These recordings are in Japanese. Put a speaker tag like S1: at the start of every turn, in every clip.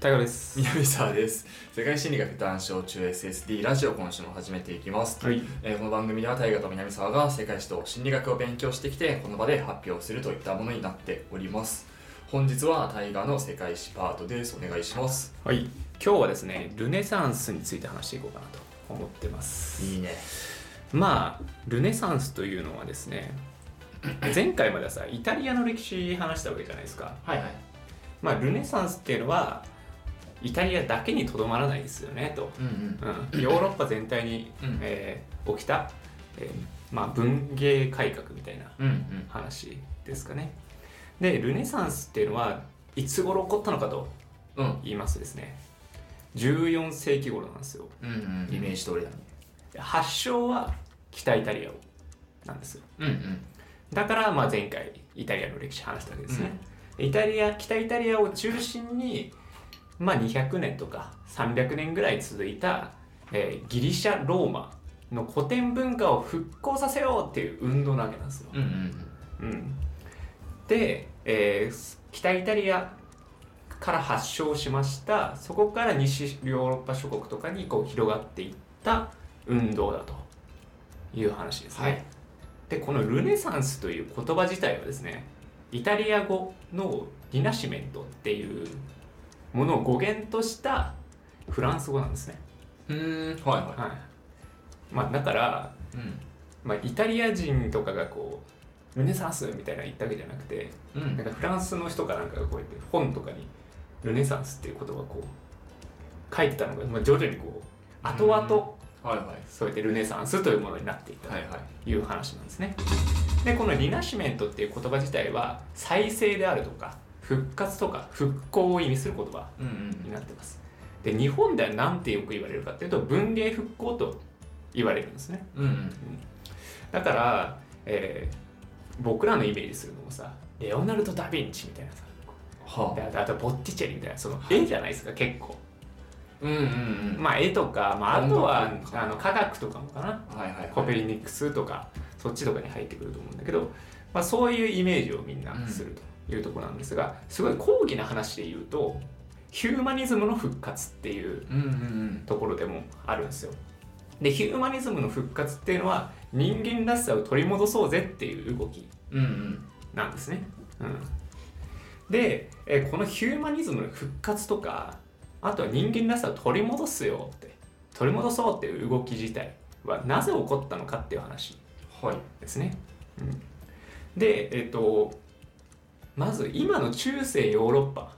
S1: タイガです
S2: 南沢です世界心理学第談笑中 SSD ラジオ今週も始めていきます、
S1: はい
S2: えーこの番組では大河と南沢が世界史と心理学を勉強してきてこの場で発表するといったものになっております本日は大河の世界史パートですお願いします
S1: はい今日はですねルネサンスについて話していこうかなと思ってます
S2: いいね
S1: まあルネサンスというのはですね前回まではさイタリアの歴史話したわけじゃないですか
S2: はいはい
S1: まあルネサンスっていうのはイタリアだけにとどまらないですよねと、
S2: うんうん
S1: うん、ヨーロッパ全体に、
S2: うん
S1: えー起きた、えーまあ、文芸改革みたいな
S2: うんうん
S1: 話ですかねでルネサンスっていうのはいつ頃起こったのかと
S2: うん
S1: 言いますとですね14世紀頃なんですよ
S2: うんうんイメージ通りだね
S1: 発祥は北イタリアなんですよ
S2: うんうん
S1: だからまあ前回イタリアの歴史話したわけですね、イタリア北イタリアを中心に、まあ、200年とか300年ぐらい続いた、えーギリシャローマの古典文化を復興させようっていう運動なわけなんですよ、
S2: うんうん
S1: うん、で、えー北イタリアから発祥しましたそこから西ヨーロッパ諸国とかにこう広がっていった運動だという話ですね、
S2: はい
S1: でこのルネサンスという言葉自体はですねイタリア語のリナシメントっていうものを語源としたフランス語なんですね、
S2: うんうんはいは
S1: はいまあ、だから
S2: いうん
S1: まあ、イタリア人とかがこうルネサンスみたいなの言ったわけじゃなくて
S2: う
S1: なん
S2: ん
S1: かフランスの人かなんかがこうやって本とかにルネサンスっていう言葉をこう書いてたのが、まあ、徐々にこう後々
S2: はいはい
S1: そうやってルネサンスというものになっていった
S2: はいはい
S1: という話なんですね。でこのリナシメントっていう言葉自体は再生であるとか復活とか復興を意味する言葉
S2: うんう
S1: に
S2: ん
S1: なってます。で日本では何てよく言われるかっていうと文芸復興と言われるんですね。
S2: うんうん
S1: だから、えー僕らのイメージするのもさレオナルド・ダ・ヴィンチみたいなさ
S2: は
S1: であ
S2: あ
S1: とあとボッティチェリみたいなその絵じゃないですか結構
S2: うんうんうん
S1: まあ絵とか、まあ、あとは
S2: 音楽
S1: あの科学とかもかな
S2: はいはいはい
S1: コペリニクスとかそっちとかに入ってくると思うんだけど、まあ、そういうイメージをみんなするというところなんですがすごい高貴な話で言うとヒューマニズムの復活っていう
S2: うんうんうん
S1: ところでもあるんですよ。でヒューマニズムの復活っていうのは人間らしさを取り戻そうぜっていう動き
S2: うんうん
S1: なんですね。うん、でえーこのヒューマニズムの復活とかあとは人間らしさを取り戻すよって取り戻そうっていう動き自体はなぜ起こったのかっていう話
S2: はい
S1: ですね。うん、でえっ、とまず今の中世ヨーロッパ、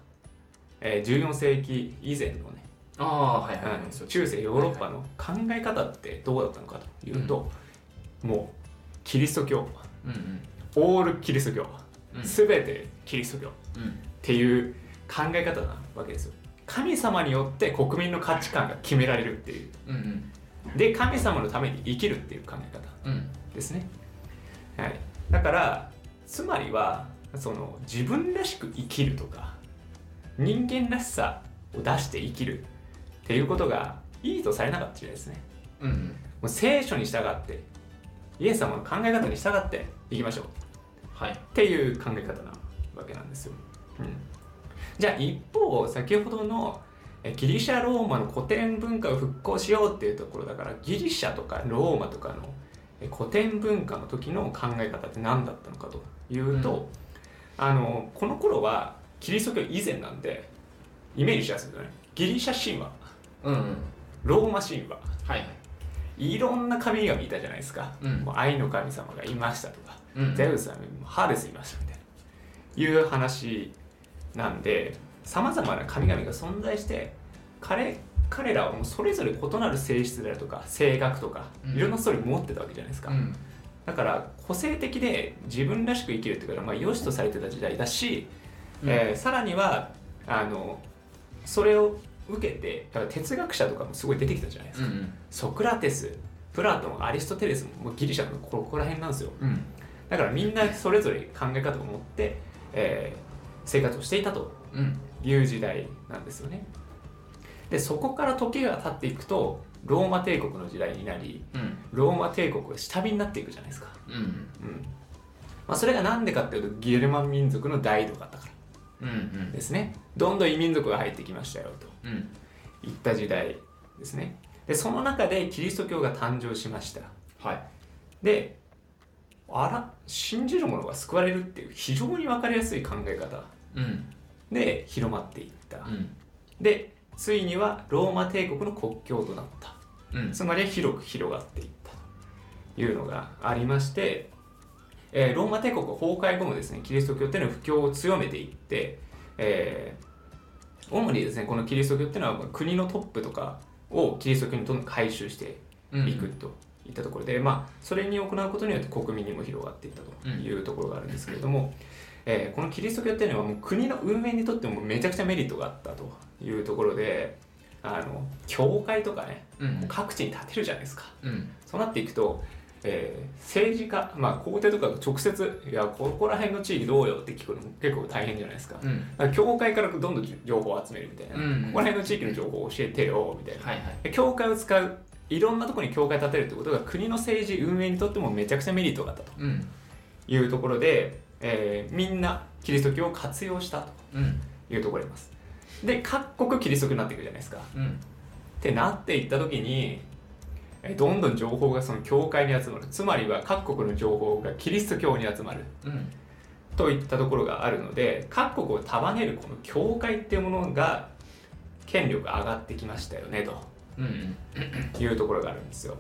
S1: えー14世紀以前のね
S2: ああはいはいはい
S1: うん
S2: そう
S1: 中世ヨーロッパの考え方ってどうだったのかというと、もうキリスト教
S2: うんうん
S1: オールキリスト教
S2: うん
S1: 全てキリスト教っ
S2: うん
S1: ていう考え方なわけですよ神様によって国民の価値観が決められるっていう
S2: うんうん
S1: で神様のために生きるっていう考え方
S2: うん
S1: ですね、はい、だからつまりはその自分らしく生きるとか人間らしさを出して生きるっていうことがいいとされなかった時代ですね
S2: うんうん
S1: もう聖書に従ってイエス様の考え方に従っていきましょう
S2: はい
S1: っていう考え方なわけなんですよ、うんじゃあ一方先ほどのえギリシャローマの古典文化を復興しようっていうところだからギリシャとかローマとかのえ古典文化の時の考え方って何だったのかというと、あのこの頃はキリスト教以前なんでイメージしやすいよねギリシャ神話
S2: うんうん
S1: ローマ神話
S2: はいはい
S1: いろんな神々いたじゃないですか、
S2: うん
S1: もう愛の神様がいましたとか、
S2: うん
S1: ゼウスはハーデスいましたみたいないう話なんでさまざまな神々が存在して彼彼らはもうそれぞれ異なる性質であるとか性格とか
S2: うん
S1: いろんなストーリー持ってたわけじゃないですか、
S2: うん
S1: だから個性的で自分らしく生きるっていうことはまあ良しとされてた時代だし、
S2: うん
S1: えーさらにはあのそれを受けてだから哲学者とかもすごい出てきたじゃないですか
S2: う。ん
S1: ソクラテスプラトンアリストテレスももうギリシャのここら辺なんですよ
S2: うん
S1: だからみんなそれぞれ考え方を持って、えー生活をしていたと
S2: うん
S1: いう時代なんですよねでそこから時が経っていくとローマ帝国の時代になり
S2: うん
S1: ローマ帝国が下火になっていくじゃないですか、
S2: うん
S1: うんまあ、それが何でかっていうとゲルマン民族の大度だったから
S2: うんうん
S1: ですねどんどん異民族が入ってきましたよと
S2: うん
S1: いった時代ですねでその中でキリスト教が誕生しました
S2: はい
S1: であら信じる者が救われるっていう非常に分かりやすい考え方
S2: うん
S1: で広まっていった、
S2: うん
S1: でついにはローマ帝国の国教となった
S2: うん
S1: つまり広く広がっていったというのがありまして、えーローマ帝国崩壊後もですねキリスト教っていうのは布教を強めていって、えー主にですねこのキリスト教っていうのは国のトップとかをキリスト教にどんどん回収して
S2: うん
S1: いくといったところで、まあ、それに行うことによって国民にも広がっていったというところがあるんですけれども、えーこのキリスト教っていうのはもう国の運営にとってもめちゃくちゃメリットがあったというところであの教会とかね
S2: うん
S1: 各地に建てるじゃないですか
S2: うん
S1: そうなっていくと、えー政治家、まあ、皇帝とかが直接「いやここら辺の地域どうよ」って聞くのも結構大変じゃないですかだ
S2: うん
S1: から教会からどんどん情報を集めるみたいな、
S2: うん
S1: ここら辺の地域の情報を教えてよみたいな
S2: はいはい
S1: で教会を使ういろんなところに教会建てるってことが国の政治運営にとってもめちゃくちゃメリットがあったと
S2: うん
S1: いうところで、えーみんなキリスト教を活用したと
S2: うん
S1: いうところがありますで各国キリスト教になっていくじゃないですか
S2: うん
S1: ってなっていった時にえどんどん情報がその教会に集まるつまりは各国の情報がキリスト教に集まる
S2: うん
S1: といったところがあるので各国を束ねるこの教会っていうものが権力が上がってきましたよねと
S2: うん
S1: いうところがあるんですよ、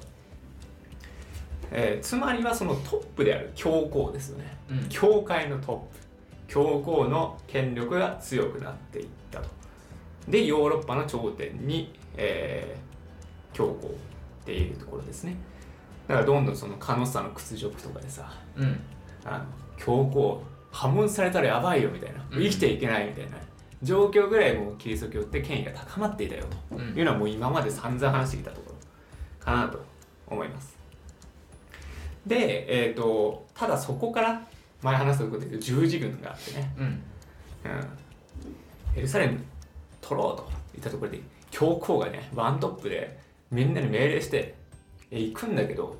S1: えーつまりはそのトップである教皇ですよね
S2: うん
S1: 教会のトップ教皇の権力が強くなっていったとでヨーロッパの頂点に、えー教皇っていうところですねだからどんどんそのカノさの屈辱とかでさ
S2: うん
S1: あの教皇破門されたらやばいよみたいな
S2: うん
S1: 生きていけないみたいな状況ぐらいもうキリスト教って権威が高まっていたよと
S2: うん
S1: いうのはもう今まで散々話してきたところかなと思いますで、えー、とただそこから前話したところで言うと十字軍があってね、
S2: うん
S1: うん、エルサレム取ろうといったところで教皇がねワントップでみんなに命令してえ行くんだけど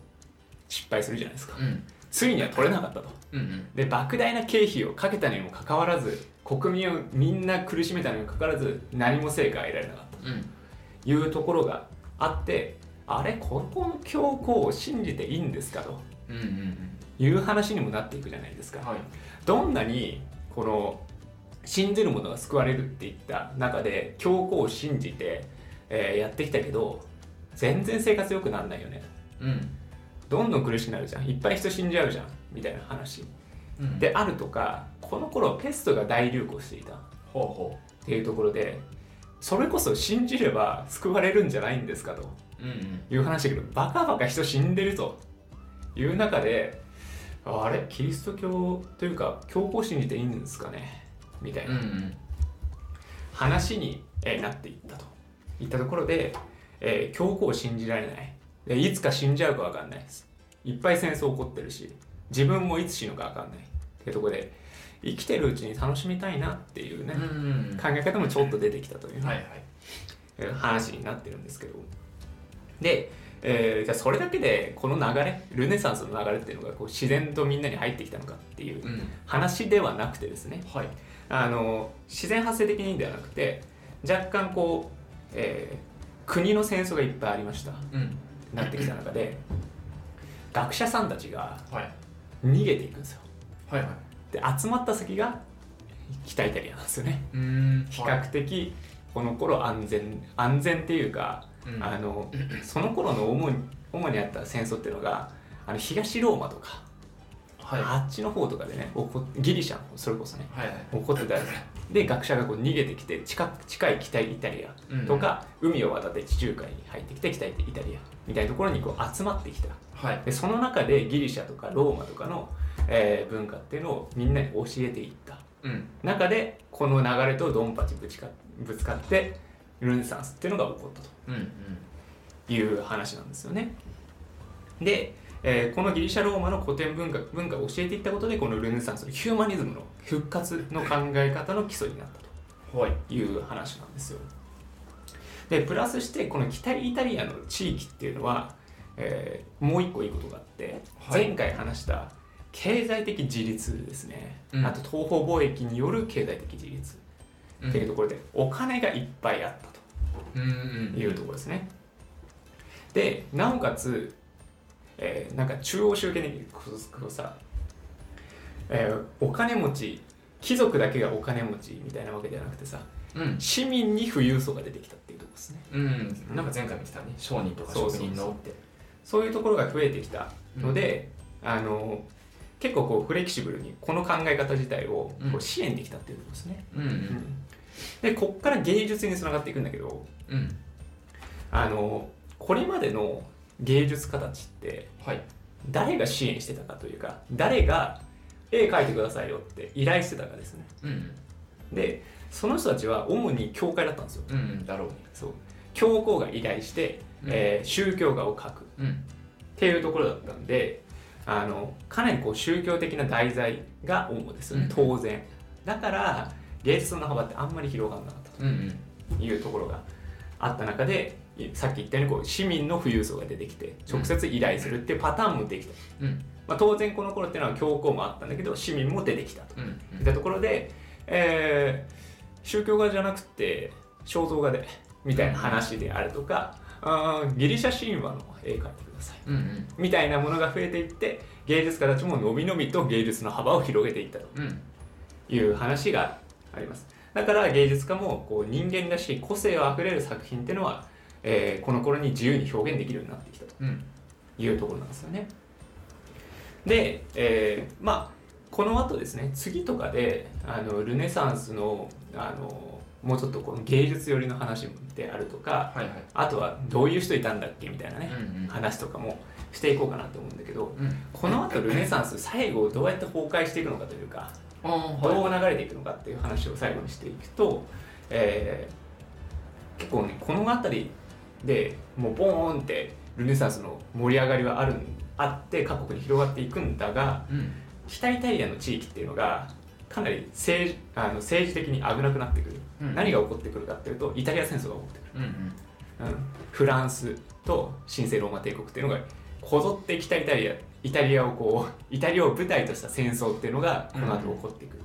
S1: 失敗するじゃないですか
S2: うん
S1: ついには取れなかったと
S2: うん
S1: で莫大な経費をかけたにもかかわらず国民をみんな苦しめたにもかかわらず何も成果が得られなかった
S2: うん
S1: というところがあってあれここの教皇を信じていいんですかと
S2: うんうん
S1: いう話にもなっていくじゃないですか、
S2: はい
S1: どんなにこの信じる者が救われるっていった中で教皇を信じて、えーやってきたけど全然生活良くならないよね
S2: うん
S1: どんどん苦しくなるじゃんいっぱい人死んじゃうじゃんみたいな話
S2: うん
S1: であるとかこの頃ペストが大流行していたっ
S2: ほうほ
S1: ていうところでそれこそ信じれば救われるんじゃないんですかと
S2: ううんうん
S1: いう話だけどバカバカ人死んでるという中であれキリスト教というか教皇信じていいんですかねみたい
S2: うん
S1: な
S2: う
S1: ん話にえーなっていったといったところで、えー教皇を信じられないでいつか死んじゃうか分かんないですいっぱい戦争起こってるし自分もいつ死ぬか分かんないっていうところで生きてるうちに楽しみたいなっていうね、
S2: うんうん
S1: 考え方もちょっと出てきたというね、
S2: はいはい
S1: えー話になってるんですけどで、えーじゃあそれだけでこの流れルネサンスの流れっていうのがこう自然とみんなに入ってきたのかっていう
S2: うん
S1: 話ではなくてですね
S2: はい
S1: あの自然発生的にではなくて若干こう、えー国の戦争がいっぱいありました
S2: うん
S1: なってきた中で学者さんたちが
S2: はい
S1: 逃げていくんですよ
S2: はいはい
S1: で集まった先が北イタリアなんですよね
S2: うーん
S1: 比較的この頃安全安全っていうか、
S2: うん
S1: あのその頃の主に主にあった戦争っていうのがあの東ローマとか、
S2: はいは
S1: あっちの方とかでね起こギリシャの方それこそね
S2: いはい
S1: 起こってたで学者がこう逃げてきて近く近い北イタリ
S2: うん
S1: アとか、海を渡って地中海に入ってきて北イタリアみたいなところにこう集まってきた
S2: はい
S1: でその中でギリシャとかローマとかの、えー文化っていうのをみんなに教えていった
S2: うん
S1: 中でこの流れとドンパチぶちかぶつかってルネサンスっていうのが起こったと。
S2: うんうん
S1: いう話なんですよね。で、えーこのギリシャ・ローマの古典文化文化を教えていったことでこのルネサンスのヒューマニズムの復活の考え方の基礎になった
S2: はい
S1: という話なんですよ。でプラスしてこの北イタリアの地域っていうのは、えーもう一個いいことがあって、
S2: はい
S1: 前回話した経済的自立ですね、
S2: うん
S1: あと東方貿易による経済的自立
S2: うん
S1: っていうところでお金がいっぱいあった
S2: うんうん
S1: というところですね。でなおかつ、えーなんか中央集権的にこうこうさ、えーお金持ち貴族だけがお金持ちみたいなわけじゃなくてさ
S2: うん
S1: 市民に富裕層が出てきたっていうところですね。
S2: うん、なんか前回見てたね商人とか職人のって
S1: そういうところが増えてきたので、あの結構こうフレキシブルにこの考え方自体を
S2: うん
S1: こう支援できたっていうことですね。
S2: うんうん
S1: でこっから芸術につながっていくんだけど
S2: うん
S1: あのこれまでの芸術家たちって
S2: はい
S1: 誰が支援してたかというか誰が絵描いてくださいよって依頼してたかですね。
S2: うん
S1: でその人たちは主に教会だったんですよ。
S2: うんうんだろうね
S1: そう教皇が依頼して、
S2: うん
S1: えー宗教画を描く
S2: うん
S1: っていうところだったんであのかなりこう宗教的な題材が主ですよね、
S2: うん
S1: 当然だから芸術の幅ってあんまり広がらなかった
S2: うんうん
S1: というところがあった中でいさっき言ったようにこう市民の富裕層が出てきて直接依頼するっていうパターンもできた、
S2: うん
S1: まあ、当然この頃っていうのは教皇もあったんだけど市民も出てきたと
S2: うんうん
S1: いったところで、えー宗教画じゃなくて肖像画でみたいな話であるとか、あーギリシャ神話の絵描いてください
S2: うんうん
S1: みたいなものが増えていって芸術家たちものびのびと芸術の幅を広げていったと
S2: うん
S1: いう話がありますだから芸術家もこう人間らしい個性をあふれる作品っていうのは、えーこの頃に自由に表現できるようになってきたと
S2: うん
S1: いうところなんですよねで、えーまあこの後ですね次とかであのルネサンスのあのもうちょっとこの芸術寄りの話であるとか
S2: はいはい
S1: あとはどういう人いたんだっけみたいなね、
S2: うんうん
S1: 話とかもしていこうかなと思うんだけど
S2: うん
S1: この後ルネサンス最後どうやって崩壊していくのかというか
S2: ああ
S1: ど
S2: は
S1: う流れていくのかっていう話を最後にしていくと、えー結構ねこの辺りでもうボーンってルネサンスの盛り上がりはあるんあって各国に広がっていくんだが
S2: いうん
S1: 北イタリアの地域っていうのがかなり政治あの政治的に危なくなってくる、
S2: うん
S1: 何が起こってくるかっていうとイタリア戦争が起こってくる。
S2: うんうん
S1: うんフランスと神聖ローマ帝国っていうのがこぞって北イタリアイタリアをこうイタリアを舞台とした戦争っていうのがこの後起こってくる、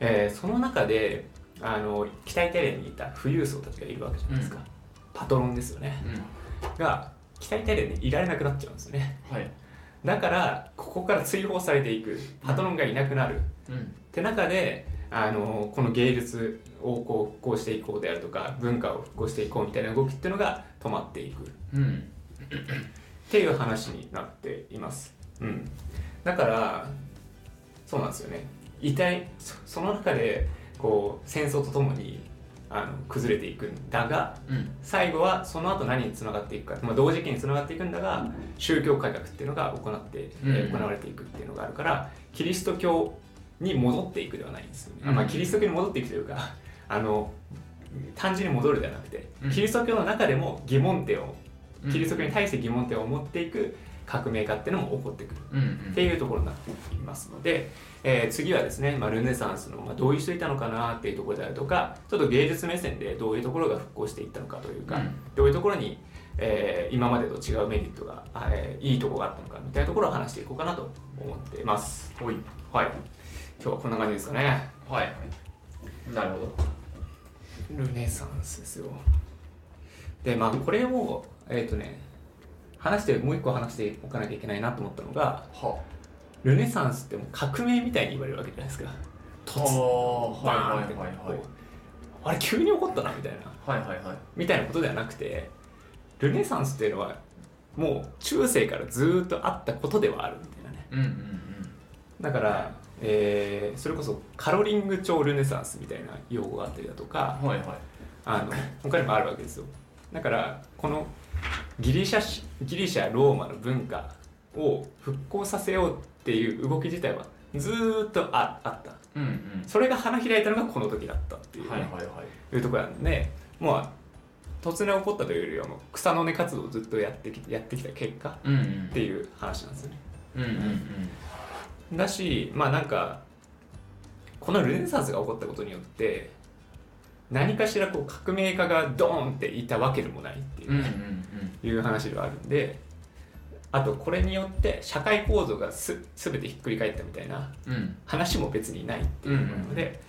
S1: えーその中であの北イタリアにいた富裕層たちがいるわけじゃないですか、
S2: うん
S1: パトロンですよね
S2: うん
S1: が北イタリアにいられなくなっちゃうんですよね
S2: はい
S1: だからここから追放されていくパトロンがいなくなる、
S2: うん
S1: って中であのこの芸術をこう復興していこうであるとか文化を復興していこうみたいな動きっていうのが止まっていくっ
S2: うん
S1: ていう話になっています、うん、だからそうなんですよね遺体そその中でこう戦争とともにあの崩れていくんだが
S2: うん
S1: 最後はその後何につながっていくか、まあ、同時期につながっていくんだが宗教改革っていうのが行って、えー
S2: うん
S1: 行われていくっていうのがあるからキリスト教に戻っていくではないんですよね、
S2: うん
S1: まあ、キリスト教に戻っていくというかあの単純に戻るではなくて
S2: うん
S1: キリスト教の中でも疑問点を
S2: うん
S1: キリスト教に対して疑問点を持っていく革命家っていうのも起こってくる
S2: うんうん
S1: っていうところになっていますので、えー次はですね、まあ、ルネサンスの、まあ、どういう人いたのかなっていうところであるとかちょっと芸術目線でどういうところが復興していったのかというか、
S2: うん
S1: どういうところに、えー今までと違うメリットが、あえーいいところがあったのかみたいなところを話していこうかなと思ってます。
S2: おい
S1: はい今日はこんな感じですかね。
S2: はいなるほど
S1: ルネサンスですよ。で、まあ、これを、えっ、とね、話して、もう一個話しておかなきゃいけないなと思ったのが、
S2: は
S1: ルネサンスってもう革命みたいに言われるわけじゃないですか。
S2: あは
S1: バーンっ
S2: い
S1: て
S2: はいはい
S1: こ
S2: はいう
S1: あれ急に起こったなみたいな
S2: はいはいはい
S1: みたいなことではなくてルネサンスっていうのはもう中世からずーっとあったことではあるみたいなね
S2: うんうん
S1: だから、えーそれこそカロリング朝ルネサンスみたいな用語があったりだとか
S2: うんはいはい
S1: あの他にもあるわけですよだからこのギリシャしギリシャローマの文化を復興させようっていう動き自体はずーっとああった
S2: うんうん
S1: それが花開いたのがこの時だったっていうね、
S2: はいはいはい
S1: いうところなんで、まあ、突然起こったというよりはもう草の根活動をずっとやってきやってきた結果
S2: うんうん
S1: っていう話なんですよね。
S2: うんうん
S1: だしまあなんかこのルネサンスが起こったことによって何かしらこう革命家がドーンっていたわけでもないっていう,、
S2: うんうんうん
S1: いう話ではあるんであとこれによって社会構造がす全てひっくり返ったみたいな
S2: うん
S1: 話も別にないっていうので、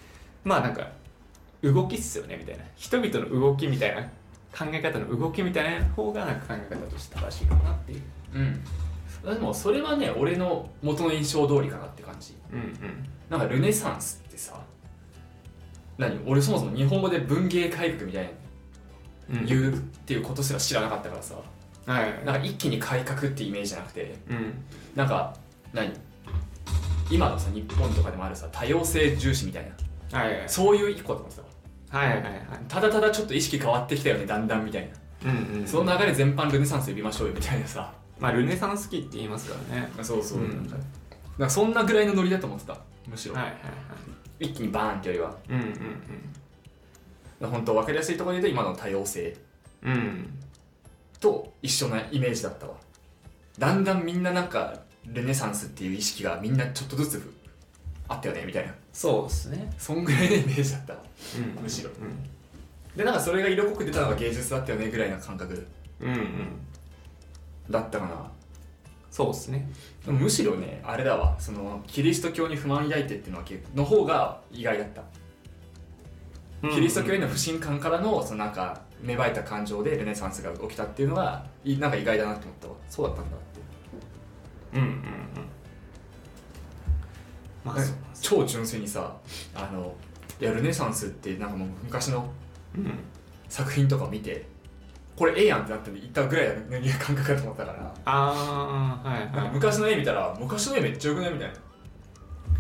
S1: まあなんか動きっすよねみたいな人々の動きみたいな考え方の動きみたいな方がなんか考え方として正しいかなっていう
S2: うんでもそれはね俺の元の印象通りかなって感じ
S1: うんうん
S2: なんかルネサンスってさ何俺そもそも日本語で文芸改革みたいな
S1: うん
S2: 言うっていうことすら知らなかったからさ
S1: はいはい
S2: なんか一気に改革ってイメージじゃなくて
S1: うん
S2: なんか何今のさ日本とかでもあるさ多様性重視みたいな
S1: はいはい
S2: そういう一個だと思ってたわ
S1: はいはいはい
S2: ただただちょっと意識変わってきたよねだんだんみたいな
S1: うんうん
S2: その流れ全般ルネサンス呼びましょうよみたいなさ
S1: まあルネサンス期って言いますからね
S2: そうそうなんかなんかそんなぐらいのノリだと思ってたむしろ、
S1: はいはいはい
S2: 一気にバーンってよりは
S1: うん
S2: 本当分かりやすいところで言うと今の多様性
S1: うんうんうん
S2: と一緒なイメージだったわだんだんみんななんかルネサンスっていう意識がみんなちょっとずつあったよねみたいな
S1: そうですね
S2: そんぐらいのイメージだったわ
S1: うん
S2: むしろ
S1: う
S2: でなんかそれが色濃く出たのが芸術だったよねぐらいな感覚
S1: んうんうん
S2: だったかな
S1: そうですね
S2: でもむしろねあれだわそのキリスト教に不満抱いてっていうのは結の方が意外だったキリスト教への不信感からのそのなんか芽生えた感情でルネサンスが起きたっていうのがいなんか意外だなって思ったわそうだったんだって
S1: うんうんうんまあそうなんですよ
S2: 超純粋にさあのいやルネサンスってなんかもう昔の
S1: うん
S2: 作品とか見てこれええやんってなって言ったぐらいの感覚だと思ったから
S1: ああはい
S2: なんか
S1: はい
S2: 昔の絵見たら昔の絵めっちゃよくないみたいな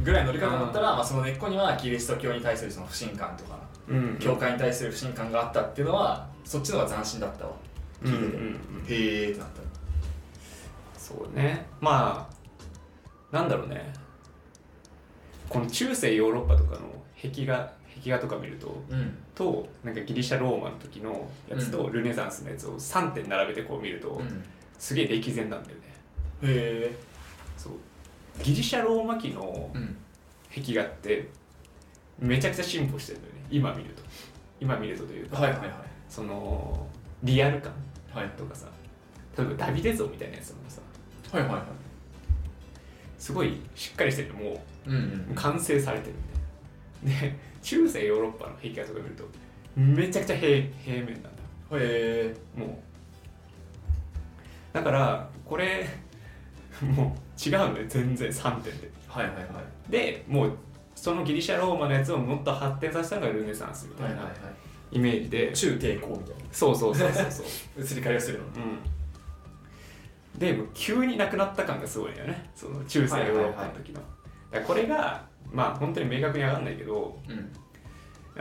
S2: ぐらいの乗り方だったら、まあ、その根っこにはキリスト教に対するその不信感とか
S1: うん
S2: 教会に対する不信感があったっていうのはそっちの方が斬新だったわ
S1: うんう
S2: 聞いてて、
S1: ん
S2: へえってなった
S1: そうねまあなんだろうねこの中世ヨーロッパとかの壁画壁画とか見ると
S2: うん
S1: となんかギリシャローマの時のやつとルネサンスのやつを3点並べてこう見ると、
S2: うん
S1: すげえ歴然なんだよね
S2: へえ
S1: そうギリシャローマ期の
S2: うん
S1: 壁画ってめちゃくちゃ進歩してるんだよね今見ると今見るとというか、
S2: はいはいはい
S1: そのリアル感
S2: はい
S1: とかさ例えばダビデ像みたいなやつもさ
S2: はいはいはい
S1: すごいしっかりしてるのもう
S2: うんうん
S1: 完成されてるみたいなで中世ヨーロッパの壁画とか見るとめちゃくちゃ平平面なんだ
S2: へえ
S1: もうだからこれ もう違うのよ全然3点で
S2: はいはいはい
S1: でもうそのギリシャローマのやつをもっと発展させたのがルネサンスみたいなイメージで、
S2: 中抵抗みたい
S1: そうそうそうそう そう、
S2: な移り変わりをするの
S1: うん、でもう急になくなった感がすごいよねその中世ヨーロッパの時の、だからこれがまあ本当に明確に上がんないけど、
S2: うん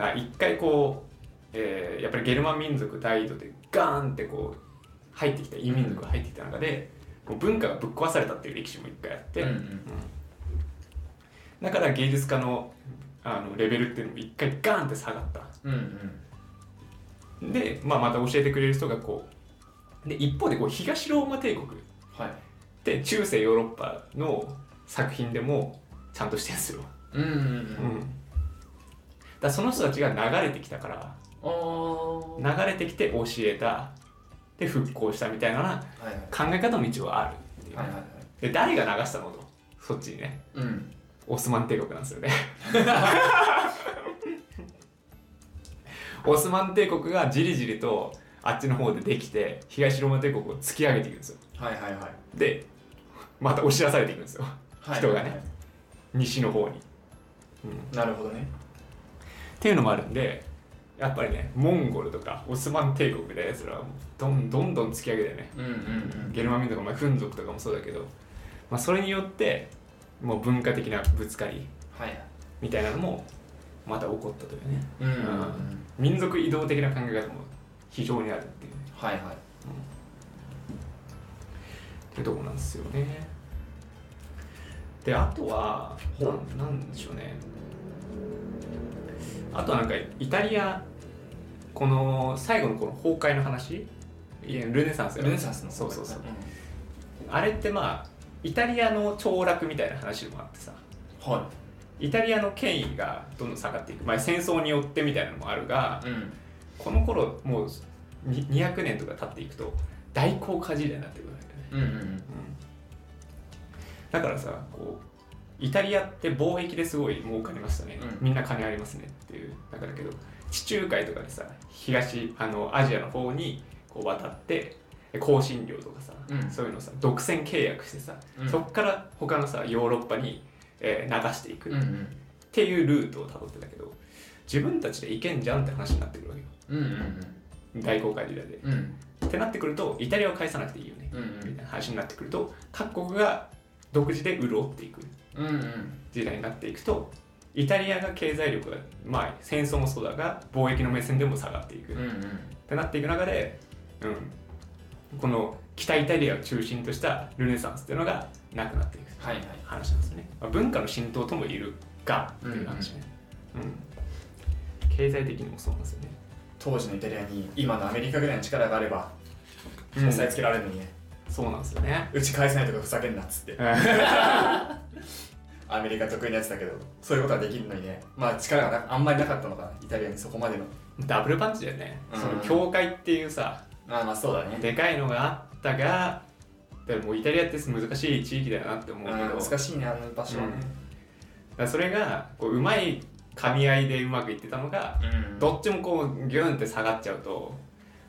S1: あ一回こう、えーやっぱりゲルマン民族大移動でガーンってこう入ってきた異民族が入ってきた中でこう文化がぶっ壊されたっていう歴史も一回あって、
S2: うんうん
S1: だから芸術家のあのレベルっていうのも一回ガーンって下がった
S2: うんうん
S1: で、まあ、また教えてくれる人がこうで一方でこう東ローマ帝国っ
S2: はい
S1: て中世ヨーロッパの作品でもちゃんとしてるんですよ、
S2: うんうんうん
S1: だからその人たちが流れてきたから
S2: ああ
S1: 流れてきて教えたで復興したみたいな
S2: はいはい
S1: 考え方も一応あるっていう、
S2: はいはいはい
S1: で誰が流したのとそっちにね
S2: うん
S1: オスマン帝国なんですよね オスマン帝国がじりじりとあっちの方でできて東ローマ帝国を突き上げていくんですよ
S2: はいはいはい
S1: でまた押し出されていくんですよ
S2: はい
S1: 人がね西の方に、うん、
S2: なるほどね
S1: っていうのもあるんでやっぱりねモンゴルとかオスマン帝国みたいなやつらはもうどんどんどん突き上げてね
S2: うんうんうん
S1: ゲルマン民族、まあ、フン族とかもそうだけど、まあ、それによってもう文化的なぶつかり
S2: はい
S1: みたいなのもまた起こったというね
S2: うんうんうん
S1: うん民族移動的な考え方も非常にあるっていう,、ね、
S2: はいはい
S1: っていうところなんですよねであとは
S2: ほう
S1: ななんでしょうねあとはなんかイタリアこの最後のこの崩壊の話いやルネサンスよ
S2: ルネサンスの
S1: そうそうそう
S2: は
S1: あれってまあイタリアの凋落みたいな話もあってさ
S2: いは
S1: イタリアの権威がどんどん下がっていく、まあ、戦争によってみたいなのもあるが
S2: いうん
S1: この頃もうに200年とか経っていくと大航海時代になってくるんだよね、
S2: うんうん
S1: だからさこうイタリアって貿易ですごい儲かりましたね、
S2: うん
S1: みんな金ありますねっていう中だけど地中海とかでさ東あのアジアの方にこう渡って香辛料とかさ、
S2: うん
S1: そういうのさ独占契約してさ、
S2: うん
S1: そっから他のさヨーロッパに、えー流していく
S2: うんうん
S1: っていうルートをたどってたけど自分たちで行けんじゃんって話になってくるわけよ
S2: うんうん
S1: 大航海時代で。
S2: うんうん
S1: ってなってくるとイタリアを返さなくていいよね、
S2: うん
S1: みたいな話になってくると各国が独自で潤っていく
S2: うんうん
S1: 時代になっていくとイタリアが経済力がまあ戦争もそうだが貿易の目線でも下がっていく、
S2: うん
S1: っ
S2: うん
S1: てなっていく中で、うん、この北イタリアを中心としたルネサンスっていうのがなくなっていく
S2: はいはい
S1: 話なんですよね、まあ、文化の浸透ともいるがっていう話ね、うん経済的にもそうなんですよね
S2: 当時のイタリアに今のアメリカぐらいの力があれば
S1: うん
S2: 押さえつけられるのにね
S1: そうなんですよね
S2: うち返せないとかふざけんなっつってアメリカ得意なやつだけどそういうことはできるのにねまあ力がなあんまりなかったのかなイタリアにそこまでの
S1: ダブルパンチだよね、
S2: うん
S1: その教会っていうさ
S2: ああまあそうだね
S1: でかいのがあったがでももうイタリアって難しい地域だよなって思うけど
S2: あー難しいねあの場所はね
S1: だからそれがこううまい噛み合いでうまくいってたのが
S2: うん
S1: どっちもこうギュンって下がっちゃうと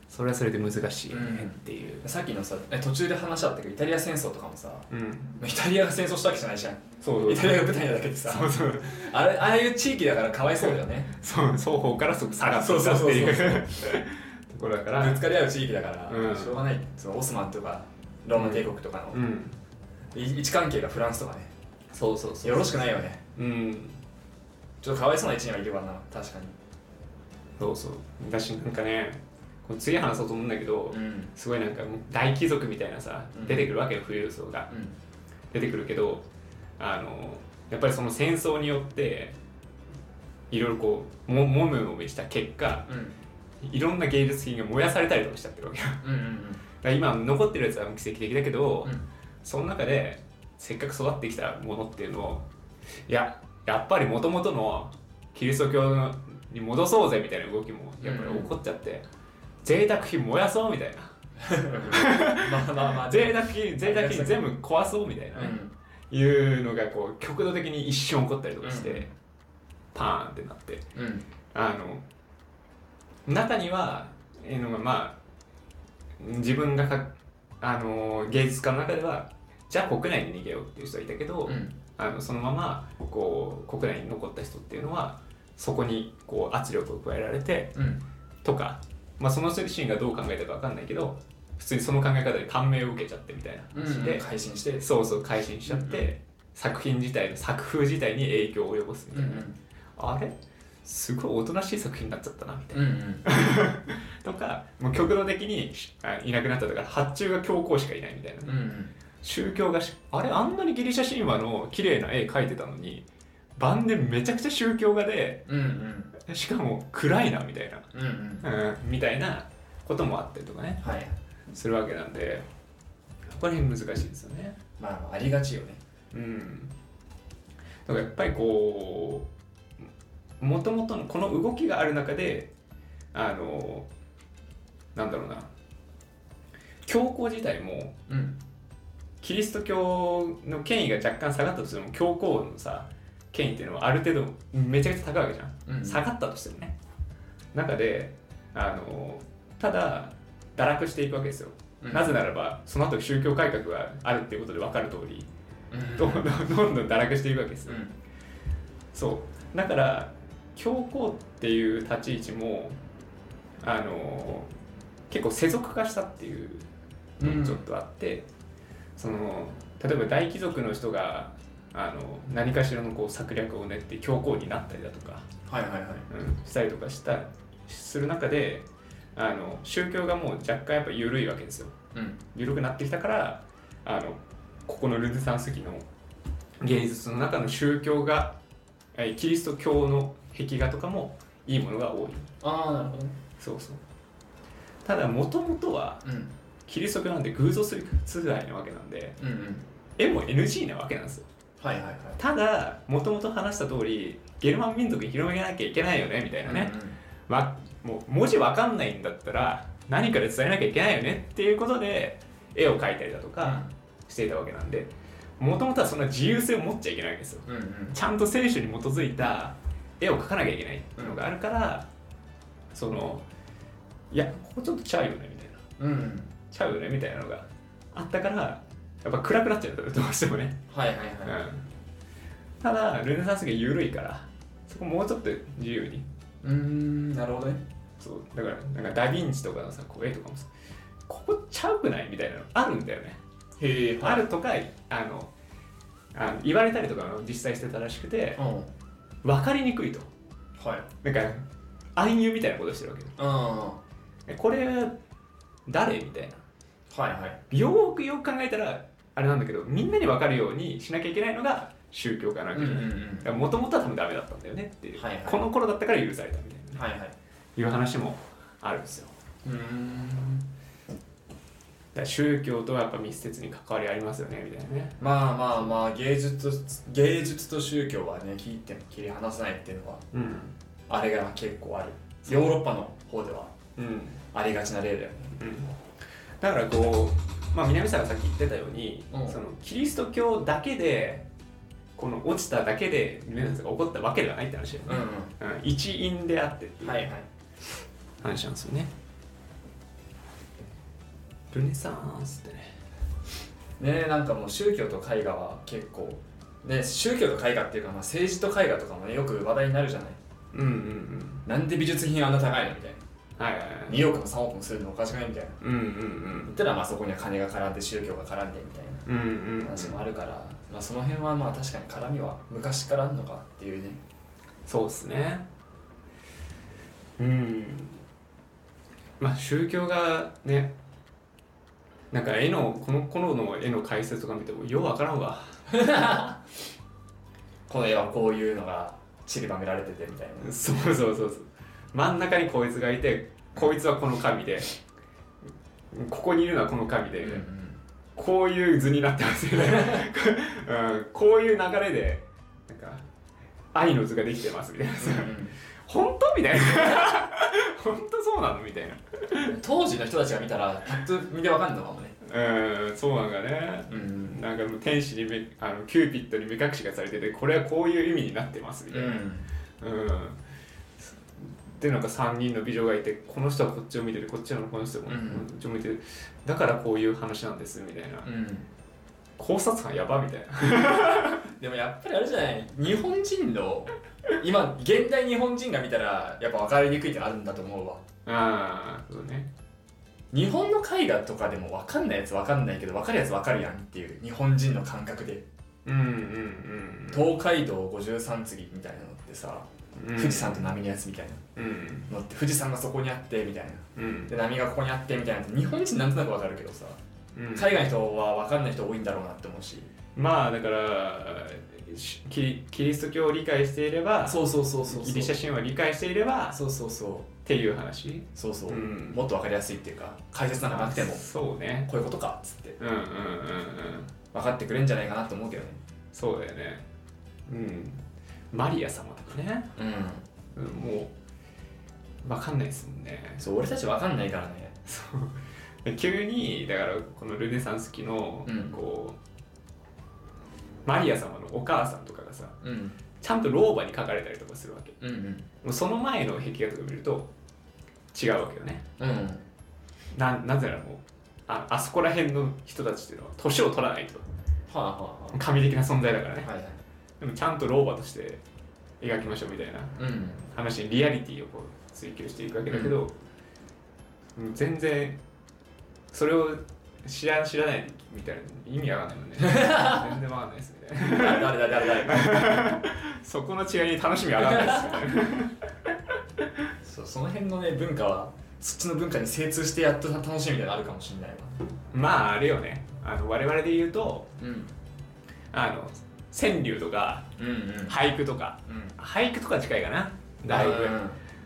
S1: それはそれで難しいよねっていう、
S2: さっきのさえ途中で話あったけどイタリア戦争とかもさ
S1: うん
S2: イタリアが戦争したわけじゃないじゃん
S1: そう
S2: イタリアが舞台なだけでさ
S1: そうそう
S2: あれああいう地域だからかわいそうだよね
S1: そう双方からすごく下がって
S2: そう
S1: たっ
S2: そう
S1: て
S2: そうそ
S1: いううところだか
S2: ぶ
S1: ら
S2: つかり合う地域だから、
S1: うん
S2: しょうがないそのオスマンとかローマ帝国とかの、
S1: うん
S2: い位置関係がフランスとかね
S1: そうそうそう
S2: よろしくないよね
S1: うん
S2: ちょっとかわいそうな位置にはいるわな確か
S1: そうそう私なんかねこう次話そうと思うんだけど、
S2: にうん
S1: すごいなんかもう大貴族みたいなさ
S2: うん
S1: 出てくるわけよ富裕層が
S2: うん
S1: 出てくるけどあのやっぱりその戦争によっていろいろこうももむもみした結果
S2: うん
S1: いろんな芸術品が燃やされたりとかしちゃってるわけよだか
S2: うん
S1: ら今残ってるやつは奇跡的だけど、
S2: うんうん
S1: その中でせっかく育ってきたものっていうのをいややっぱりもともとのキリスト教に戻そうぜみたいな動きもやっぱり起こっちゃって、贅沢品燃やそうみたいな
S2: まあまあまあ
S1: 贅沢品贅沢品全部壊そうみたいな
S2: う
S1: ね、
S2: ん
S1: いうのがこう極度的に一瞬起こったりとかして、
S2: うん
S1: パーンってなって
S2: うん
S1: あの中にはえーのがまあ自分がかあの芸術家の中ではじゃあ国内に逃げようっていう人はいたけど、
S2: うん
S1: あのそのままこう国内に残った人っていうのはそこにこう圧力を加えられて
S2: うん
S1: とか、まあ、その人自身がどう考えたか分かんないけど普通にその考え方で感銘を受けちゃってみたいな
S2: うん
S1: 話で、
S2: うん配信して
S1: そうそう改心しちゃって、
S2: うんう
S1: 作品自体の作風自体に影響を及ぼすみ
S2: う
S1: た
S2: ん
S1: いな、あれすごいおとなしい作品になっちゃったなみたい
S2: うんうん
S1: なとかもう極度的にあいなくなったとか発注が教皇しかいないみたいな、
S2: うんうん
S1: 宗教がしあれあんなにギリシャ神話の綺麗な絵描いてたのに晩でめちゃくちゃ宗教画で
S2: うんうん
S1: しかも暗いなみたい
S2: うんうん
S1: な、うん、みたいなこともあったりとかね
S2: はい
S1: するわけなんでこれ難しいですよね
S2: まあまあありがちよね
S1: うん、だからやっぱりこうもともとのこの動きがある中であのなんだろうな教皇自体も
S2: うん
S1: キリスト教の権威が若干下がったとしても教皇のさ権威っていうのはある程度めちゃくちゃ高いわけじゃん、
S2: うん
S1: 下がったとしてもね中であのただ堕落していくわけですよ、
S2: うん
S1: なぜならばその後宗教改革があるっていうことで分かる通り、
S2: うん
S1: どんどんどんどん堕落していくわけです、
S2: うん
S1: そうだから教皇っていう立ち位置もあの結構世俗化したっていうのもちょっとあって、その例えば大貴族の人があの何かしらのこう策略を練って教皇になったりだとか、
S2: はいはいはい
S1: うん、したりとかしたする中であの宗教がもう若干やっぱ緩いわけですよ。
S2: うん
S1: 緩くなってきたからあのここのルネサンス期の芸術の中の宗教がえキリスト教の壁画とかもいいものが多い
S2: ああなるほどね
S1: そうそうただもともとは
S2: うん
S1: キリスト教なんで偶像する通愛なわけなんで
S2: うんうん
S1: 絵も NG なわけなんですよ
S2: はいはいはい
S1: ただもともと話した通りゲルマン民族に広めなきゃいけないよねみたいなね、わもう文字わかんないんだったら何かで伝えなきゃいけないよねっていうことで絵を描いたりだとかしていたわけなんでもともとはそんな自由性を持っちゃいけないわけですよ
S2: うんうん
S1: ちゃんと聖書に基づいた絵を描かなきゃいけないっていうのがあるから、そのいやここちょっとちゃうよねみたいな
S2: うん
S1: ちゃうよねみたいなのがあったからやっぱ暗くなっちゃうんだよどうしてもね、
S2: はいはいは
S1: う
S2: い、
S1: ん、ただルネサンスが緩いからそこもうちょっと自由に
S2: うーんなるほどね
S1: そうだからなんかダ・ヴィンチとかのさこう絵とかもさここちゃうくないみたいなのあるんだよね
S2: へ
S1: あるとかあのあの言われたりとかの実際してたらしくて
S2: うん
S1: 分かりにくいと
S2: はい
S1: なんか暗喩みたいなことしてるわけよ
S2: うんは
S1: えこれ誰みたいない
S2: はい
S1: よーくよく考えたらあれなんだけどみんなに分かるようにしなきゃいけないのが宗教かな
S2: うんうんうん
S1: もともとは多分ダメだったんだよねっていう、
S2: はいはい
S1: この頃だったから許されたみたいなね
S2: はいはい
S1: いう話もあるんですよ
S2: うーん
S1: だから宗教とはやっぱ密接に関わりありますよねみたいなね
S2: まあまあまあ芸術と芸術と宗教はね切っても切り離せないっていうのは
S1: うん
S2: あれが結構ある
S1: そう
S2: ヨーロッパの方では
S1: うん
S2: ありがちな例だよね
S1: うんだからこう、まあ、南さんがさっき言ってたように、
S2: うん
S1: そのキリスト教だけでこの落ちただけで南さんが怒ったわけではないって話だよね、
S2: う
S1: うん一因であってってい
S2: ん
S1: う
S2: はいはい
S1: 話なんですよね、ルネサンスってね
S2: ねなんかもう宗教と絵画は結構ね宗教と絵画っていうか、まあ、政治と絵画とかもねよく話題になるじゃない
S1: うんうんうん
S2: なんで美術品あんな高いのみたいな
S1: はいはいはい
S2: 2億も3億もするのおかしくないみたいな
S1: うんうん
S2: 言ったらまあそこには金が絡んで宗教が絡んでみたい
S1: うんうんうんう
S2: なん話もあるから、まあ、その辺はまあ確かに絡みは昔からあるのかっていうね
S1: そうですねうんまあ宗教がねなんか絵のこの頃の絵の解説とか見てもようわからんわ
S2: この絵はこういうのが散りばめられててみたいな
S1: そうそうそうそう真ん中にこいつがいてこいつはこの神でここにいるのはこの神で、こういう図になってますよね、 うん、こういう流れでなんか愛の図ができてますみたいなさ本当みたいな本当そうなのみたいな
S2: うん当時の人たちが見たらパッと見てわかんのかもね、
S1: うんそうなんかね
S2: うん
S1: なんかもう天使にめあのキューピッドに目隠しがされててこれはこういう意味になってますみたいなうん、でなんか3人の美女がいてこの人はこっちを見てるこっちのこの人も、
S2: うん
S1: こっちを見てるだからこういう話なんですみたいな、
S2: うん
S1: 考察班やばみたいな
S2: でもやっぱりあれじゃない日本人の今現代日本人が見たらやっぱ分かりにくいってのあるんだと思うわ
S1: ああそうね
S2: 日本の絵画とかでも分かんないやつ分かんないけど分かるやつ分かるやんっていう日本人の感覚で
S1: うんうんうん
S2: 東海道五十三次みたいなのってさ
S1: うん
S2: 富士山と波のやつみたいな
S1: うん
S2: のって富士山がそこにあってみたいな
S1: うん
S2: で波がここにあってみたいなのって日本人なんとなく分かるけどさ
S1: うん
S2: 海外の人は分かんない人多いんだろうなって思うし
S1: まあだからしキリキリスト教を理解していれば
S2: そうそうそうそうそう
S1: ギリシャ神話を理解していれば
S2: そうそうそう
S1: っていう話
S2: そうそう、
S1: うん
S2: もっと分かりやすいっていうか解説なんかなくても
S1: そうね
S2: こういうことかっつって
S1: うんうんうんうん
S2: 分かってくれんじゃないかなと思うけどね
S1: そうだよねうんマリア様とかね、
S2: うん
S1: うんもうわかんないですもんね
S2: そう俺たち分かんないからね
S1: そうで急にだからこのルネサンス期の
S2: うん
S1: こう、マリア様のお母さんとかがさ
S2: うん
S1: ちゃんと老婆に書かれたりとかするわけ
S2: うんうん
S1: もうその前の壁画とか見ると違うわけよね
S2: うん
S1: ななぜならもうああそこら辺の人たちっていうのは年を取らないと
S2: はあは
S1: 神的な存在だからね
S2: あはいはい
S1: でもちゃんと老婆として描きましょうみたいな
S2: うん
S1: 話にリアリティをこう追求していくわけだけど、うん全然それを知ら知らないみたいな意味わかんないもんね全然わかんないですみたいな
S2: 誰誰誰誰誰
S1: そこの違いに楽しみ上がんないですみたいな
S2: そうその辺のね文化はそっちの文化に精通してやっと楽しみみたいなのあるかもしれないわ
S1: まああれよねあの我々で言うと
S2: うん
S1: あの川柳とか
S2: うんうん
S1: 俳句とか
S2: うん
S1: 俳句とか近いかなだいぶ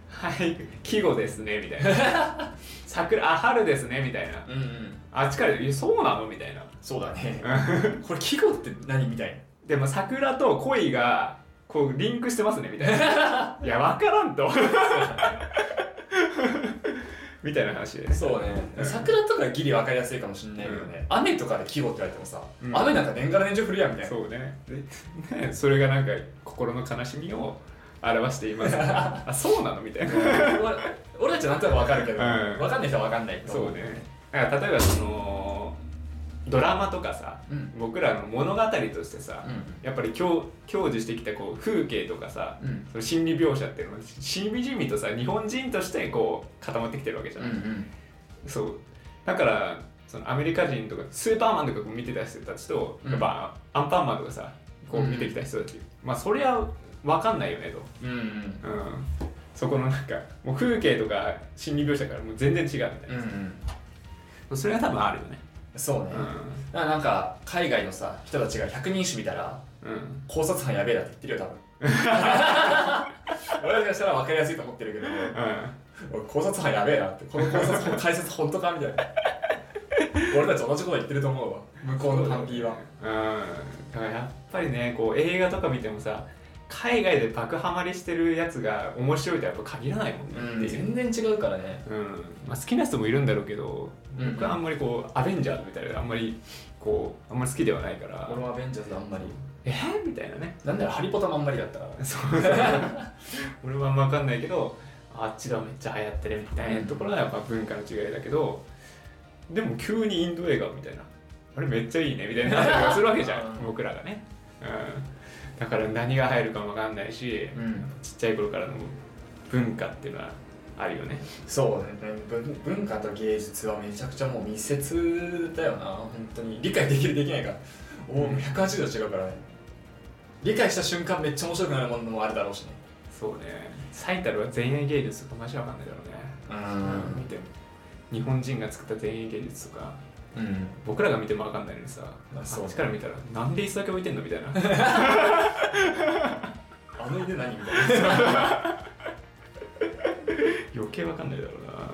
S1: 俳句季語ですねみたいな桜あ春ですねみたいな
S2: うんうん
S1: あっちからえそうなのみたいな
S2: そうだね これ季語って何みたいな
S1: でも桜と恋がこうリンクしてますねみたいないや分からんと みたいな話です
S2: そうね桜とかギリ分かりやすいかもしれないけどね、雨とかで季語って言われてもさ、
S1: うん
S2: 雨なんか年がら年中降るやんみたいな
S1: そうねでねそれがなんか心の悲しみを表していますあそうなのみたいな
S2: 俺たちはなんとなくわかるけど、
S1: うん
S2: わかんない人はわかんないと
S1: そ
S2: 思
S1: うねだから例えばそのドラマとかさ、
S2: うん
S1: 僕らの物語としてさ、
S2: う
S1: やっぱり享享受してきたこう風景とかさ、
S2: うん
S1: その心理描写っていうのはしみじみとさ日本人としてこう固まってきてるわけじゃ
S2: ん
S1: ん、
S2: うんうん
S1: そうだからそのアメリカ人とかスーパーマンとかこう見てた人たちと、
S2: うん
S1: やっぱアンパンマンとかさこう見てきた人たち、まあそりゃ分かんないよねと、
S2: うんう
S1: う
S2: ん
S1: ん、そこのなんかもう風景とか心理描写からもう全然違うみたいな、
S2: うんうん
S1: それは多分あるよね
S2: そうね、
S1: う
S2: だからなんか海外のさ人たちが100人種見たら
S1: んうん
S2: 考察班やべえだって言 ってるよ多分俺たちからしたら分かりやすいと思ってるけど俺考察班やべえなってこの考察班解説本当かみたいな俺たち同じこと言ってると思うわ向こうのパンピーは
S1: うんだからやっぱりねこう映画とか見てもさ海外で爆ハマりしてるやつが面白いとはやっぱ限らないもんね
S2: うん
S1: っていう、
S2: 全然違うからね
S1: うんまあ、好きな人もいるんだろうけど
S2: うん
S1: 僕はあんまりこうアベンジャーズみたいなあんまりこうあんまり好きではないから
S2: 俺もアベンジャーズあんまり
S1: えーみたいなね
S2: なんならハリポタもあんまりだったから
S1: そうそう俺はあんま分かんないけどあっちではめっちゃ流行ってるみたいなところがやっぱ文化の違いだけどでも急にインド映画みたいなあれめっちゃいいねみたいな話がするわけじゃ
S2: うん
S1: ん僕らがね、うん、だから何が入るかも分かんないし
S2: うん
S1: ちっちゃい頃からの文化っていうのはあるよね
S2: そうね文文化と芸術はめちゃくちゃもう密接だよな本当に理解できるできないかもう180度違うからね理解した瞬間めっちゃ面白くなるものもあるだろうしね
S1: そうね最たるは前衛芸術とかマジ分かんないだろうね、
S2: う
S1: 見ても日本人が作った前衛芸術とか
S2: うん
S1: 僕らが見ても分かんないのにさ
S2: あそう
S1: あっちから見たらなんで椅子だけ置いてんのみたいな
S2: あの犬 何みたいな
S1: 余計わかんないだろ うな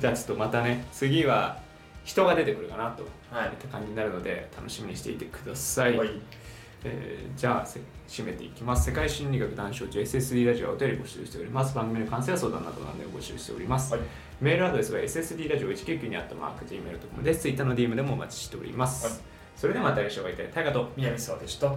S1: じゃあちょっとまたね次は人が出てくるかなとい
S2: は
S1: った感じになるので楽しみにしていてください、
S2: はい
S1: えーじゃあせ締めていきます世界心理学男子 JSSD ラジオはお便り募集しております番組の関する相談など何でも募集しております、
S2: はい
S1: メールアドレスは SSD ラジオ199にあったマーク Gmail.com です Twitter の DM でもお待ちしております、
S2: はい
S1: それではまた来週お会いいたいタイガと
S2: 南沢でした